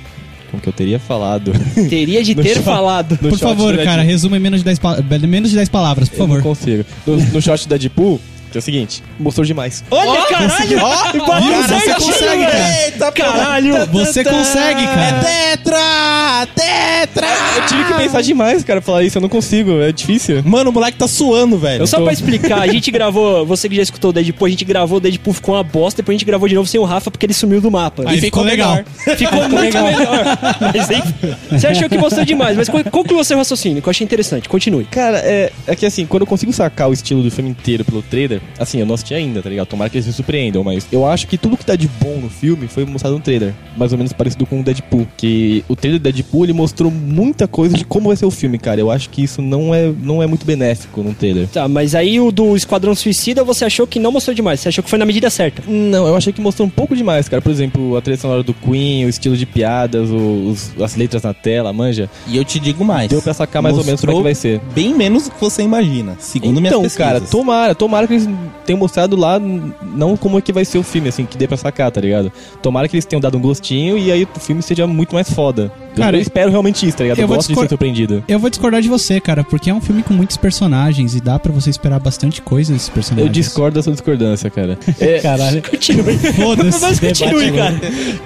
[SPEAKER 1] com o que eu teria falado. <laughs>
[SPEAKER 2] Teria de
[SPEAKER 1] No
[SPEAKER 2] ter
[SPEAKER 1] shopping.
[SPEAKER 2] falado.
[SPEAKER 1] no
[SPEAKER 5] Por
[SPEAKER 1] shot
[SPEAKER 5] favor,
[SPEAKER 1] da
[SPEAKER 5] cara,
[SPEAKER 1] Deadpool.
[SPEAKER 5] resuma em menos de 10, pa- menos de 10 palavras, por
[SPEAKER 1] Eu não
[SPEAKER 5] favor.
[SPEAKER 1] consigo. No, no shot da Deadpool, que é o seguinte, mostrou demais.
[SPEAKER 5] Ah!
[SPEAKER 2] Olha, caralho! Bateu
[SPEAKER 5] Cara, você
[SPEAKER 2] certinho, velho.
[SPEAKER 5] consegue,
[SPEAKER 2] Tá,
[SPEAKER 5] cara.
[SPEAKER 4] Eita,
[SPEAKER 2] Caralho!
[SPEAKER 5] Você consegue, cara.
[SPEAKER 4] Tetra! Tetra!
[SPEAKER 1] Eu tive que pensar demais, cara, pra falar isso, eu não consigo, é difícil.
[SPEAKER 4] Mano, o moleque tá suando, velho.
[SPEAKER 2] Só
[SPEAKER 1] tô-
[SPEAKER 2] pra explicar, a gente gravou, você que já escutou o Deadpool, a gente gravou o Deadpool, ficou uma bosta, depois a gente gravou de novo sem o Rafa porque ele sumiu do mapa.
[SPEAKER 5] Aí ficou legal.
[SPEAKER 2] Ficou muito melhor. Mas, hein, você achou que gostou demais, mas co- conclua seu raciocínio, que eu achei interessante. Continue.
[SPEAKER 1] Cara, é, é que assim, quando eu consigo sacar o estilo do filme inteiro pelo trailer, trailer. Assim, eu não assisti ainda, tá ligado? Tomara que eles me surpreendam, mas eu acho que tudo que tá de bom no filme foi mostrado no trailer. Mais ou menos parecido com o Deadpool. Que o trailer do Deadpool, ele mostrou muita coisa de como vai ser o filme, cara. Eu acho que isso não é, não é muito benéfico num trailer.
[SPEAKER 2] Tá, mas aí o do Esquadrão Suicida você achou que não mostrou demais, você achou que foi na medida certa.
[SPEAKER 1] Não, eu achei que mostrou um pouco demais, cara. Por exemplo, a trilha sonora do Queen, o estilo de piadas, os, as letras na tela, manja.
[SPEAKER 4] E eu te digo mais.
[SPEAKER 1] Deu pra sacar mais ou menos como é que vai ser.
[SPEAKER 4] Bem menos do que você imagina, segundo minhas
[SPEAKER 1] Então,
[SPEAKER 4] pesquisas.
[SPEAKER 1] cara, tomara, tomara que eles tenham mostrado lá n- não como é que vai ser o filme, assim, que dê pra sacar, tá ligado? Tomara que eles tenham dado um gostinho e aí o filme seja muito mais foda. Eu-
[SPEAKER 5] Cara,
[SPEAKER 1] eu espero realmente isso, tá ligado?
[SPEAKER 5] eu
[SPEAKER 1] Eu,
[SPEAKER 5] vou
[SPEAKER 1] gosto de
[SPEAKER 5] discor-
[SPEAKER 1] ser surpreendido.
[SPEAKER 5] Eu vou discordar de você, cara, porque é um filme com muitos personagens e dá pra você esperar bastante coisa desses
[SPEAKER 1] Eu
[SPEAKER 5] personagens.
[SPEAKER 1] discordo da sua discordância, cara. <laughs> É,
[SPEAKER 3] Caralho.
[SPEAKER 2] Continue. Mas
[SPEAKER 5] Foda-se.
[SPEAKER 2] continue, cara.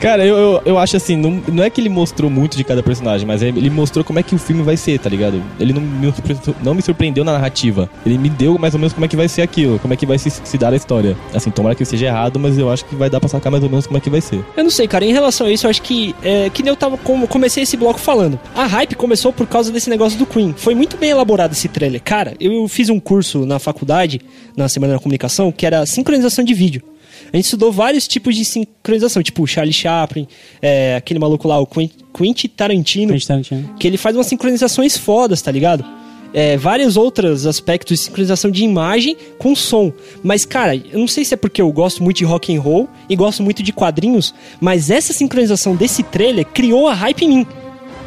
[SPEAKER 1] cara, eu, eu, eu acho assim, não, não é que ele mostrou muito de cada personagem, mas ele mostrou como é que o filme vai ser, tá ligado? Ele não me, surpre- não me surpreendeu na narrativa. Ele me deu mais ou menos como é que vai ser aquilo, como é que vai se, se dar a história. Assim, tomara que eu seja errado, mas eu acho que vai dar pra sacar mais ou menos como é que vai ser.
[SPEAKER 2] Eu não sei, cara. Em relação a isso, eu acho que. É, que nem eu tava. Como comecei esse bloco falando. A hype começou por causa desse negócio do Queen. Foi muito bem elaborado esse trailer. Cara, eu fiz um curso na faculdade, na Semana da Comunicação, que era sincronização de vídeo. A gente estudou vários tipos de sincronização, tipo o Charlie Chaplin, é, aquele maluco lá, o Quin- Quentin Tarantino,
[SPEAKER 3] Acreditando, tinha-
[SPEAKER 2] que ele faz umas sincronizações fodas, tá ligado? É, vários outros aspectos de sincronização de imagem com som. Mas, cara, eu não sei se é porque eu gosto muito de rock and roll e gosto muito de quadrinhos, mas essa sincronização desse trailer criou a hype em mim.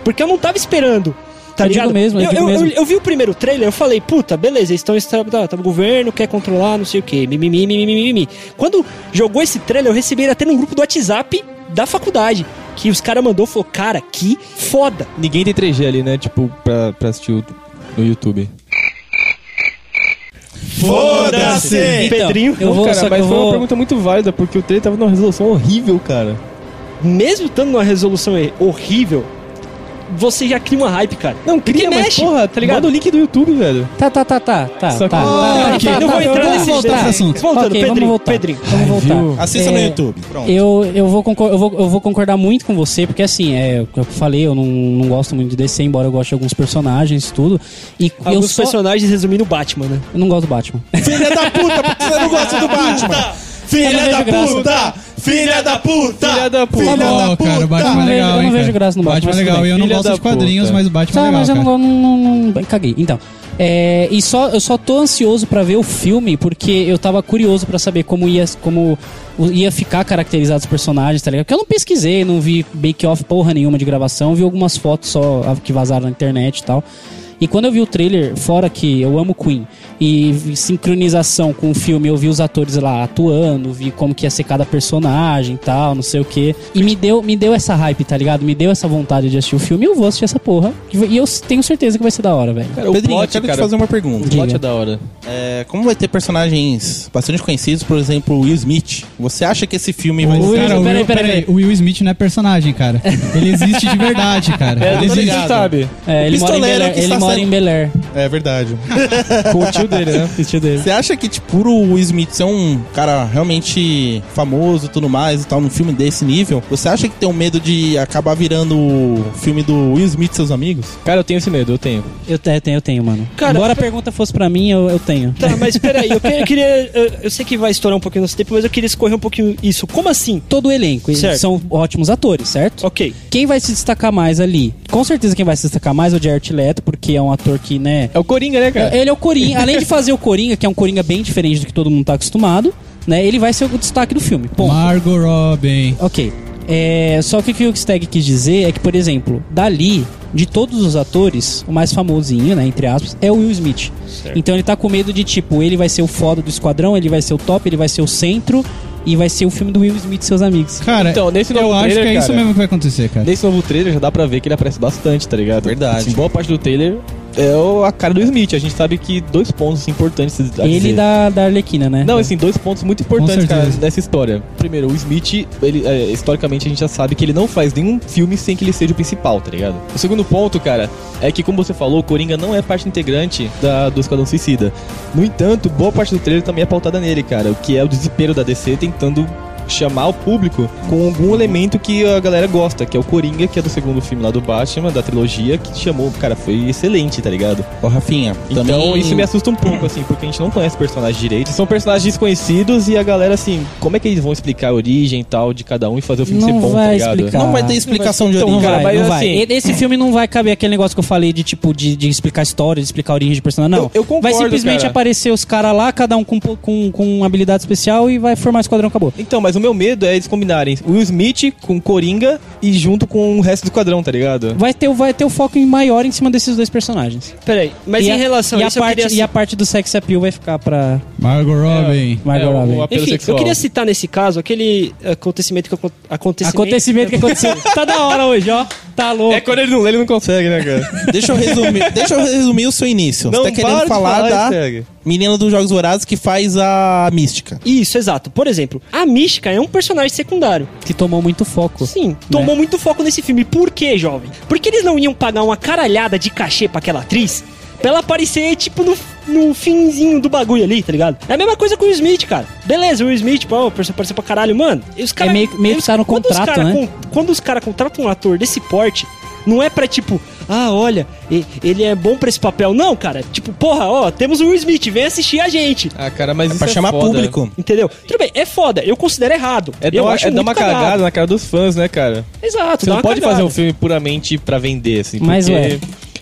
[SPEAKER 2] Porque eu não tava esperando. Tá
[SPEAKER 3] Eu digo
[SPEAKER 2] ligado?
[SPEAKER 3] mesmo, eu
[SPEAKER 2] eu,
[SPEAKER 3] digo mesmo.
[SPEAKER 2] eu vi o primeiro trailer, eu falei, puta, beleza, eles estão tá, tá, o governo quer controlar, não sei o quê. Mimimi, mimimi, mimimi. Quando jogou esse trailer, eu recebi ele até num grupo do WhatsApp da faculdade. Que os caras mandou, falou, cara, que foda.
[SPEAKER 1] Ninguém tem 3G ali, né? Tipo, pra, pra assistir o- no YouTube.
[SPEAKER 4] Foda-se!
[SPEAKER 3] Então,
[SPEAKER 2] Pedrinho.
[SPEAKER 3] Eu vou,
[SPEAKER 1] cara,
[SPEAKER 3] só que
[SPEAKER 1] mas
[SPEAKER 3] eu
[SPEAKER 1] foi uma
[SPEAKER 3] vou...
[SPEAKER 1] pergunta muito válida, porque o trailer tava numa resolução horrível, cara.
[SPEAKER 2] mesmo estando numa resolução e- horrível, você já cria uma hype, cara.
[SPEAKER 1] Não, cria,
[SPEAKER 2] Porque
[SPEAKER 1] mas
[SPEAKER 2] mexe,
[SPEAKER 1] porra,
[SPEAKER 2] tá ligado?
[SPEAKER 1] Manda o link do YouTube, velho.
[SPEAKER 3] Tá, tá, tá, tá, tá,
[SPEAKER 1] Só que-
[SPEAKER 3] tá, tá,
[SPEAKER 5] Ah,
[SPEAKER 3] tá,
[SPEAKER 5] ok.
[SPEAKER 3] tá,
[SPEAKER 5] Não
[SPEAKER 2] vou
[SPEAKER 3] tá,
[SPEAKER 2] entrar
[SPEAKER 3] vamos
[SPEAKER 2] nesse
[SPEAKER 3] voltar.
[SPEAKER 5] desse assunto.
[SPEAKER 2] Voltando,
[SPEAKER 3] Ok,
[SPEAKER 2] Pedrinho,
[SPEAKER 3] vamos voltar.
[SPEAKER 2] Pedrinho.
[SPEAKER 3] Vamos voltar.
[SPEAKER 4] Assista no
[SPEAKER 3] É,
[SPEAKER 4] YouTube. Pronto.
[SPEAKER 3] Eu, eu, vou concor- eu, vou, eu vou concordar muito com você, porque assim, é, o que eu falei, eu não, não gosto muito de DC, embora eu goste de alguns personagens tudo. E eu,
[SPEAKER 2] Alguns
[SPEAKER 3] só,
[SPEAKER 2] personagens resumindo o Batman, né?
[SPEAKER 3] eu não gosto do Batman.
[SPEAKER 4] Filha da puta, porque você não gosta do Batman.
[SPEAKER 3] Eu
[SPEAKER 4] Filha
[SPEAKER 3] não
[SPEAKER 4] da
[SPEAKER 3] vejo graça.
[SPEAKER 4] puta! Filha da puta!
[SPEAKER 1] Filha da puta.
[SPEAKER 5] Tá
[SPEAKER 4] Filha
[SPEAKER 5] bom,
[SPEAKER 4] da puta!
[SPEAKER 5] cara, o
[SPEAKER 3] Eu
[SPEAKER 5] Batman
[SPEAKER 3] não
[SPEAKER 5] é legal,
[SPEAKER 3] vejo- eu não
[SPEAKER 5] hein,
[SPEAKER 3] vejo
[SPEAKER 5] cara.
[SPEAKER 3] graça no Batman,
[SPEAKER 5] Batman é
[SPEAKER 3] mas tudo
[SPEAKER 5] legal, e eu não
[SPEAKER 1] Filha
[SPEAKER 5] gosto
[SPEAKER 1] da
[SPEAKER 5] de quadrinhos,
[SPEAKER 1] puta.
[SPEAKER 5] mas o Batman é
[SPEAKER 3] Tá,
[SPEAKER 5] legal,
[SPEAKER 3] mas eu
[SPEAKER 5] cara.
[SPEAKER 3] <laughs> não, vou- não, não, não- caguei. Então, é, e só, eu só tô ansioso pra ver o filme, porque eu tava curioso pra saber como ia, como o- ia ficar caracterizados os personagens, tá ligado? Porque eu não pesquisei, não vi bake-off porra nenhuma de gravação, vi algumas fotos só ah, que vazaram na internet e tal. E quando eu vi o trailer, fora que eu amo Queen, e vi sincronização com o filme, eu vi os atores lá atuando, vi como que ia ser cada personagem e tal, não sei o que. E me deu, me deu essa hype, tá ligado? Me deu essa vontade de assistir o filme, eu vou assistir essa porra. E vai- E eu tenho certeza que vai ser da hora, velho.
[SPEAKER 1] Cara,
[SPEAKER 4] Pedrinho,
[SPEAKER 1] o
[SPEAKER 4] eu
[SPEAKER 1] plot,
[SPEAKER 4] quero
[SPEAKER 1] cara,
[SPEAKER 4] te fazer um uma
[SPEAKER 1] o
[SPEAKER 4] pergunta.
[SPEAKER 1] plot
[SPEAKER 3] Diga.
[SPEAKER 1] é da hora.
[SPEAKER 4] É, como vai ter personagens bastante conhecidos, por exemplo, o Will Smith, você acha que esse filme vai
[SPEAKER 5] Mas,
[SPEAKER 4] ser...
[SPEAKER 5] cara, o
[SPEAKER 3] peraí,
[SPEAKER 5] Will,
[SPEAKER 3] peraí,
[SPEAKER 5] peraí, o Will Smith não é personagem, cara. Ele existe de verdade, cara.
[SPEAKER 1] <laughs> É,
[SPEAKER 5] Ele
[SPEAKER 1] tá
[SPEAKER 5] existe.
[SPEAKER 1] ligado. sabe.
[SPEAKER 3] É, ele mora em Bel
[SPEAKER 4] pistoleiro
[SPEAKER 3] Air.
[SPEAKER 4] que
[SPEAKER 3] Ele
[SPEAKER 4] está
[SPEAKER 3] mora
[SPEAKER 4] sendo-
[SPEAKER 3] em Bel Air.
[SPEAKER 4] É verdade.
[SPEAKER 1] Com o tio dele, né?
[SPEAKER 3] Assistiu dele.
[SPEAKER 4] <laughs> Você acha que, tipo, por o Will Smith ser um cara realmente famoso e tudo mais e tal, num filme desse nível, você acha que tem um medo de acabar virando o filme do Will Smith e seus amigos?
[SPEAKER 1] Cara, eu tenho esse medo, eu tenho.
[SPEAKER 3] Eu, te- eu tenho, eu tenho, mano.
[SPEAKER 2] Cara,
[SPEAKER 3] Embora a
[SPEAKER 2] foi-
[SPEAKER 3] pergunta fosse pra mim, eu, eu tenho.
[SPEAKER 2] Tá, mas peraí, eu, que- eu queria. Eu, eu sei que vai estourar um pouquinho nosso tempo, mas eu queria escorrer um pouquinho isso. Como assim?
[SPEAKER 3] Todo o elenco, eles
[SPEAKER 2] Certo.
[SPEAKER 3] são ótimos atores, certo?
[SPEAKER 2] Ok.
[SPEAKER 3] Quem vai se destacar mais ali? Com certeza quem vai se destacar mais é o Jared Leto, porque é um ator que, né...
[SPEAKER 1] É o Coringa, né, cara?
[SPEAKER 3] Ele é o Coringa. Além de fazer o Coringa, que é um Coringa bem diferente do que todo mundo tá acostumado, né? Ele vai ser o destaque do filme. Ponto.
[SPEAKER 5] Margot Robin.
[SPEAKER 3] Ok. É, só que o que o Stag quis dizer é que, por exemplo, dali, de todos os atores, o mais famosinho, né, entre aspas, é o Will Smith. Então ele tá com medo de, tipo, ele vai ser o foda do esquadrão, ele vai ser o top, ele vai ser o centro e vai ser o filme do Will Smith e seus amigos.
[SPEAKER 5] Cara,
[SPEAKER 1] Então, nesse
[SPEAKER 5] eu
[SPEAKER 1] novo
[SPEAKER 5] acho
[SPEAKER 1] trailer,
[SPEAKER 5] que é isso
[SPEAKER 1] cara.
[SPEAKER 5] mesmo que vai acontecer, cara.
[SPEAKER 1] Nesse novo trailer já dá pra ver que ele aparece bastante, tá ligado?
[SPEAKER 4] Verdade.
[SPEAKER 1] Assim, boa parte do trailer é o- a cara do Smith. A gente sabe que dois pontos assim, importantes. a
[SPEAKER 3] Ele
[SPEAKER 1] dizer.
[SPEAKER 3] da, da Arlequina, né?
[SPEAKER 1] Não, assim, dois pontos muito importantes,
[SPEAKER 5] Com
[SPEAKER 1] cara,
[SPEAKER 5] certeza.
[SPEAKER 1] dessa história. Primeiro, o Smith, ele, é, historicamente, a gente já sabe que ele não faz nenhum filme sem que ele seja o principal, tá ligado? O segundo ponto, cara, é que, como você falou, o Coringa não é parte integrante da, do Esquadrão Suicida. No entanto, boa parte do trailer também é pautada nele, cara, o que é o desespero da DC tentando chamar o público com algum elemento que a galera gosta, que é o Coringa, que é do segundo filme lá do Batman, da trilogia, que chamou, cara, foi excelente, tá ligado?
[SPEAKER 4] Ô, Rafinha,
[SPEAKER 1] Então
[SPEAKER 4] também...
[SPEAKER 1] isso me assusta um pouco, assim, porque a gente não conhece personagens direito. São personagens desconhecidos e a galera, assim, como é que eles vão explicar a origem e tal de cada um e fazer o filme
[SPEAKER 3] Não
[SPEAKER 1] ser bom,
[SPEAKER 3] vai
[SPEAKER 1] tá ligado?
[SPEAKER 3] explicar.
[SPEAKER 4] Não vai ter explicação de
[SPEAKER 3] Então
[SPEAKER 4] origem.
[SPEAKER 3] não vai,
[SPEAKER 1] mas
[SPEAKER 3] não vai.
[SPEAKER 1] assim-
[SPEAKER 3] E- Esse filme não vai caber aquele negócio que eu falei de tipo de, de explicar a história, de explicar a origem de personagem. Não.
[SPEAKER 1] Eu- eu concordo,
[SPEAKER 3] vai simplesmente
[SPEAKER 1] cara.
[SPEAKER 3] aparecer os caras lá, cada um com, com, com uma habilidade especial e vai formar o esquadrão acabou.
[SPEAKER 1] Então, mas o meu medo é eles combinarem Will Smith com Coringa e junto com o resto do quadrão, tá ligado?
[SPEAKER 3] Vai ter, vai ter o foco em maior em cima desses dois personagens.
[SPEAKER 2] Peraí, mas
[SPEAKER 3] E
[SPEAKER 2] em
[SPEAKER 3] a-
[SPEAKER 2] relação
[SPEAKER 3] e
[SPEAKER 2] a
[SPEAKER 3] a
[SPEAKER 2] isso,
[SPEAKER 3] parte,
[SPEAKER 2] eu queria...
[SPEAKER 3] E a parte do sex appeal vai ficar pra
[SPEAKER 5] Margot Robin.
[SPEAKER 3] Margot
[SPEAKER 1] É, o-
[SPEAKER 3] Robbie.
[SPEAKER 1] a- pelo
[SPEAKER 2] Enfim, eu
[SPEAKER 1] sexual.
[SPEAKER 2] queria citar nesse caso aquele acontecimento que acon- acontecimento,
[SPEAKER 3] Acontecimento que aconteceu. <laughs> tá da hora hoje, ó. Tá louco.
[SPEAKER 1] É, quando ele não lê, ele não consegue, né, <laughs> cara?
[SPEAKER 4] Deixa eu resumir, deixa eu resumir o seu início.
[SPEAKER 1] Não para
[SPEAKER 4] Você tá querendo
[SPEAKER 1] de
[SPEAKER 4] falar,
[SPEAKER 1] falar,
[SPEAKER 4] da
[SPEAKER 1] segue.
[SPEAKER 4] menina dos Jogos Vorazes que faz a mística.
[SPEAKER 2] Isso, exato. Por exemplo, a Mística é um personagem secundário.
[SPEAKER 3] Que tomou muito foco.
[SPEAKER 2] Sim, tomou muito foco nesse filme. Por quê, jovem? Porque eles não iam pagar uma caralhada de cachê pra aquela atriz pra ela aparecer, tipo, no, no finzinho do bagulho ali, tá ligado? É a mesma coisa com o Will Smith, cara. Beleza, o Will Smith, pô, apareceu apareceu pra caralho, mano. E os cara,
[SPEAKER 3] É meio- meio que
[SPEAKER 2] os-
[SPEAKER 3] tá no
[SPEAKER 2] quando os
[SPEAKER 3] contrato,
[SPEAKER 2] cara
[SPEAKER 3] né?
[SPEAKER 2] con- quando os caras contratam um ator desse porte, não é pra tipo, ah, olha, e- ele é bom pra esse papel. Não, cara. Tipo, porra, ó, temos o Will Smith, vem assistir a gente.
[SPEAKER 1] Ah, cara, mas
[SPEAKER 4] É
[SPEAKER 1] isso
[SPEAKER 4] pra chamar
[SPEAKER 1] foda.
[SPEAKER 4] público.
[SPEAKER 2] Entendeu? Tudo bem, é foda. Eu considero errado.
[SPEAKER 1] É dar
[SPEAKER 2] eu
[SPEAKER 1] uma,
[SPEAKER 2] acho
[SPEAKER 1] é dar
[SPEAKER 2] muito
[SPEAKER 1] uma cagada
[SPEAKER 2] cagado.
[SPEAKER 1] na cara dos fãs, né, cara?
[SPEAKER 2] Exato,
[SPEAKER 1] Você
[SPEAKER 2] dá
[SPEAKER 1] não
[SPEAKER 2] uma
[SPEAKER 1] pode
[SPEAKER 2] cagada.
[SPEAKER 1] fazer um filme puramente pra vender, assim.
[SPEAKER 3] Mas,
[SPEAKER 1] porque...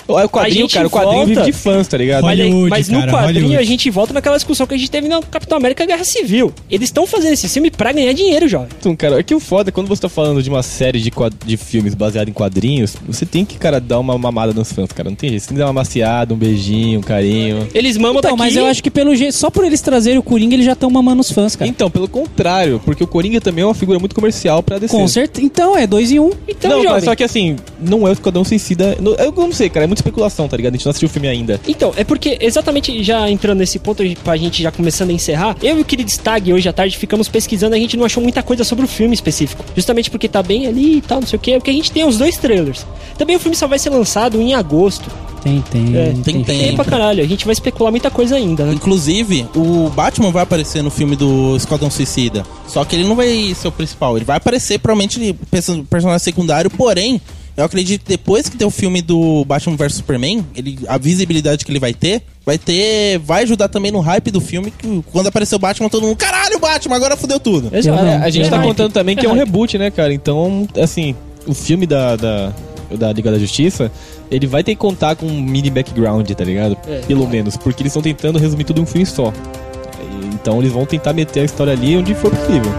[SPEAKER 1] Ué, o
[SPEAKER 2] a
[SPEAKER 1] quadrinho,
[SPEAKER 2] gente
[SPEAKER 1] cara, o quadrinho
[SPEAKER 2] volta-
[SPEAKER 1] vive de fãs, tá ligado?
[SPEAKER 2] Mas, aí-
[SPEAKER 5] Hollywood,
[SPEAKER 2] mas no
[SPEAKER 5] cara,
[SPEAKER 2] quadrinho
[SPEAKER 5] Hollywood.
[SPEAKER 2] a gente volta naquela discussão que a gente teve na Capitão América Guerra Civil. Eles estão fazendo esse filme pra ganhar dinheiro, jovem.
[SPEAKER 1] Então, cara, é que o foda é quando você tá falando de uma série de, quad- de filmes baseada em quadrinhos, você tem que, cara, dar uma mamada nos fãs, cara. Não tem jeito. Você tem que dar uma maciada, um beijinho, um carinho.
[SPEAKER 2] Eles mamam
[SPEAKER 3] Então,
[SPEAKER 2] daqui.
[SPEAKER 3] mas eu acho que pelo jeito, só por eles trazerem o Coringa, eles já estão mamando os fãs, cara.
[SPEAKER 1] Então, pelo contrário, porque o Coringa também é uma figura muito comercial pra DC.
[SPEAKER 3] Com certeza. Então, é dois em um.
[SPEAKER 2] Então,
[SPEAKER 1] não,
[SPEAKER 2] jovem.
[SPEAKER 1] mas só que assim, não é o Esquadrão Suicida. não- Eu não sei, cara, é muita especulação, tá ligado? A gente não assistiu o filme ainda.
[SPEAKER 2] Então, é porque exatamente já entrando nesse ponto, a gente- pra gente já começando a encerrar, eu e o querido Stag hoje à tarde ficamos pesquisando, a gente não achou muita coisa sobre o filme específico. Justamente porque tá bem ali e tal, não sei o que, porque a gente tem é os dois trailers. Também o filme só vai ser lançado em agosto.
[SPEAKER 3] Tem, tem.
[SPEAKER 2] É,
[SPEAKER 4] tem tempo.
[SPEAKER 2] Tem pra caralho, a gente vai especular muita coisa ainda, né?
[SPEAKER 4] Inclusive, o Batman vai aparecer no filme do Esquadrão Suicida. Só que ele não vai ser o principal. Ele vai aparecer provavelmente de perso- personagem secundário, porém. Eu acredito que depois que ter o filme do Batman vs Superman, ele, a visibilidade que ele vai ter, vai ter. Vai ajudar também no hype do filme. Que quando aparecer o Batman, todo mundo. Caralho, Batman, agora fudeu tudo.
[SPEAKER 3] Eu não.
[SPEAKER 1] É, a gente
[SPEAKER 3] Eu
[SPEAKER 1] tá
[SPEAKER 3] não.
[SPEAKER 1] contando também que é um reboot, né, cara? Então, assim, o filme da, da, da Liga da Justiça, ele vai ter que contar com um mini background, tá ligado?
[SPEAKER 2] É.
[SPEAKER 1] Pelo menos, porque eles estão tentando resumir tudo em um filme só. E- Então eles vão tentar meter a história ali onde for possível.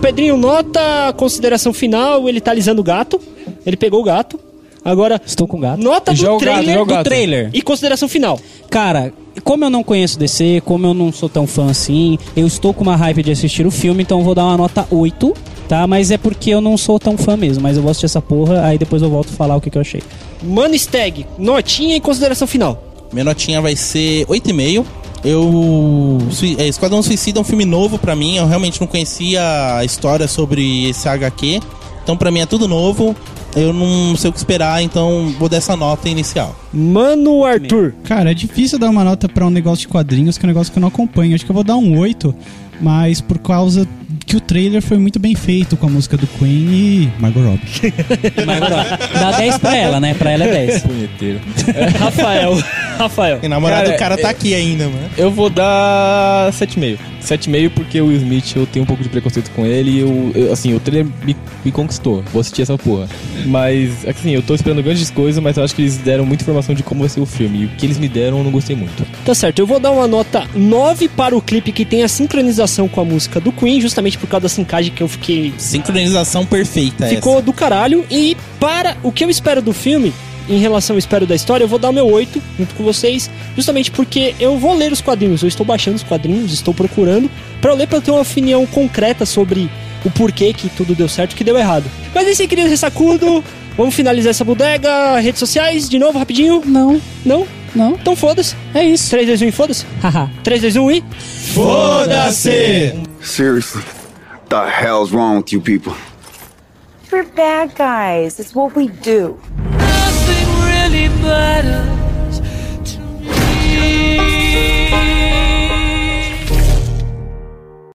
[SPEAKER 2] Pedrinho nota consideração final, ele tá alisando o gato. Ele pegou o gato. Agora,
[SPEAKER 3] Estou com gato.
[SPEAKER 2] nota do
[SPEAKER 1] Joga o gato,
[SPEAKER 2] trailer
[SPEAKER 1] joga o
[SPEAKER 2] do
[SPEAKER 1] gato.
[SPEAKER 2] trailer e consideração final.
[SPEAKER 3] Cara, como eu não conheço DC, como eu não sou tão fã assim, eu estou com uma hype de assistir o filme, então eu vou dar uma nota 8, tá? Mas é porque eu não sou tão fã mesmo, mas eu vou assistir essa porra, aí depois eu volto falar o que, que eu achei.
[SPEAKER 2] Mano Stag, notinha e consideração final.
[SPEAKER 4] Minha notinha vai ser 8,5. Eu. Sui- é, Esquadrão Suicida é um filme novo pra mim. Eu realmente não conhecia a história sobre esse HQ. Então pra mim é tudo novo. Eu não sei o que esperar, então vou dar essa nota inicial.
[SPEAKER 2] Mano Arthur.
[SPEAKER 5] Cara, é difícil dar uma nota pra um negócio de quadrinhos, que é um negócio que eu não acompanho. Acho que eu vou dar um 8, mas por causa que o trailer foi muito bem feito com a música do Queen e Margot Robbie.
[SPEAKER 3] Mas agora, dá 10 pra ela, né? Pra ela é 10.
[SPEAKER 1] Punheteiro.
[SPEAKER 2] Rafael. Rafael.
[SPEAKER 4] E namorado,
[SPEAKER 1] Cara,
[SPEAKER 4] o cara tá aqui ainda, mano.
[SPEAKER 1] Eu vou dar 7,5. 7,5 porque o Will Smith, eu tenho um pouco de preconceito com ele e eu, eu- assim, o trailer me, me conquistou. Vou assistir essa porra. Mas, assim, eu tô esperando grandes coisas, mas eu acho que eles deram muita informação de como vai ser o filme. E o que eles me deram, eu não gostei muito.
[SPEAKER 2] Tá certo, eu vou dar uma nota 9 para o clipe que tem a sincronização com a música do Queen, justamente por causa da sincagem que eu fiquei
[SPEAKER 4] Sincronização perfeita.
[SPEAKER 2] Ficou do caralho. E para o que eu espero do filme, em relação ao espero da história, eu vou dar o meu 8 junto com vocês, justamente porque eu vou ler os quadrinhos. Eu estou baixando os quadrinhos, estou procurando para eu ler para ter uma opinião concreta sobre o porquê que tudo deu certo e que deu errado. Mas é isso aí, querido ressacudo. Vamos finalizar essa bodega. Redes sociais, de novo, rapidinho.
[SPEAKER 3] Não,
[SPEAKER 2] Não?
[SPEAKER 3] não,
[SPEAKER 2] Então foda-se.
[SPEAKER 3] é isso.
[SPEAKER 2] 3, 2, 1 e foda-se.
[SPEAKER 3] Haha.
[SPEAKER 2] 3, 2, 1 e.
[SPEAKER 4] Foda-se!
[SPEAKER 10] Seriously, the hell's wrong with you people?
[SPEAKER 7] We're bad guys. It's what we do.
[SPEAKER 8] Nothing really
[SPEAKER 7] butter.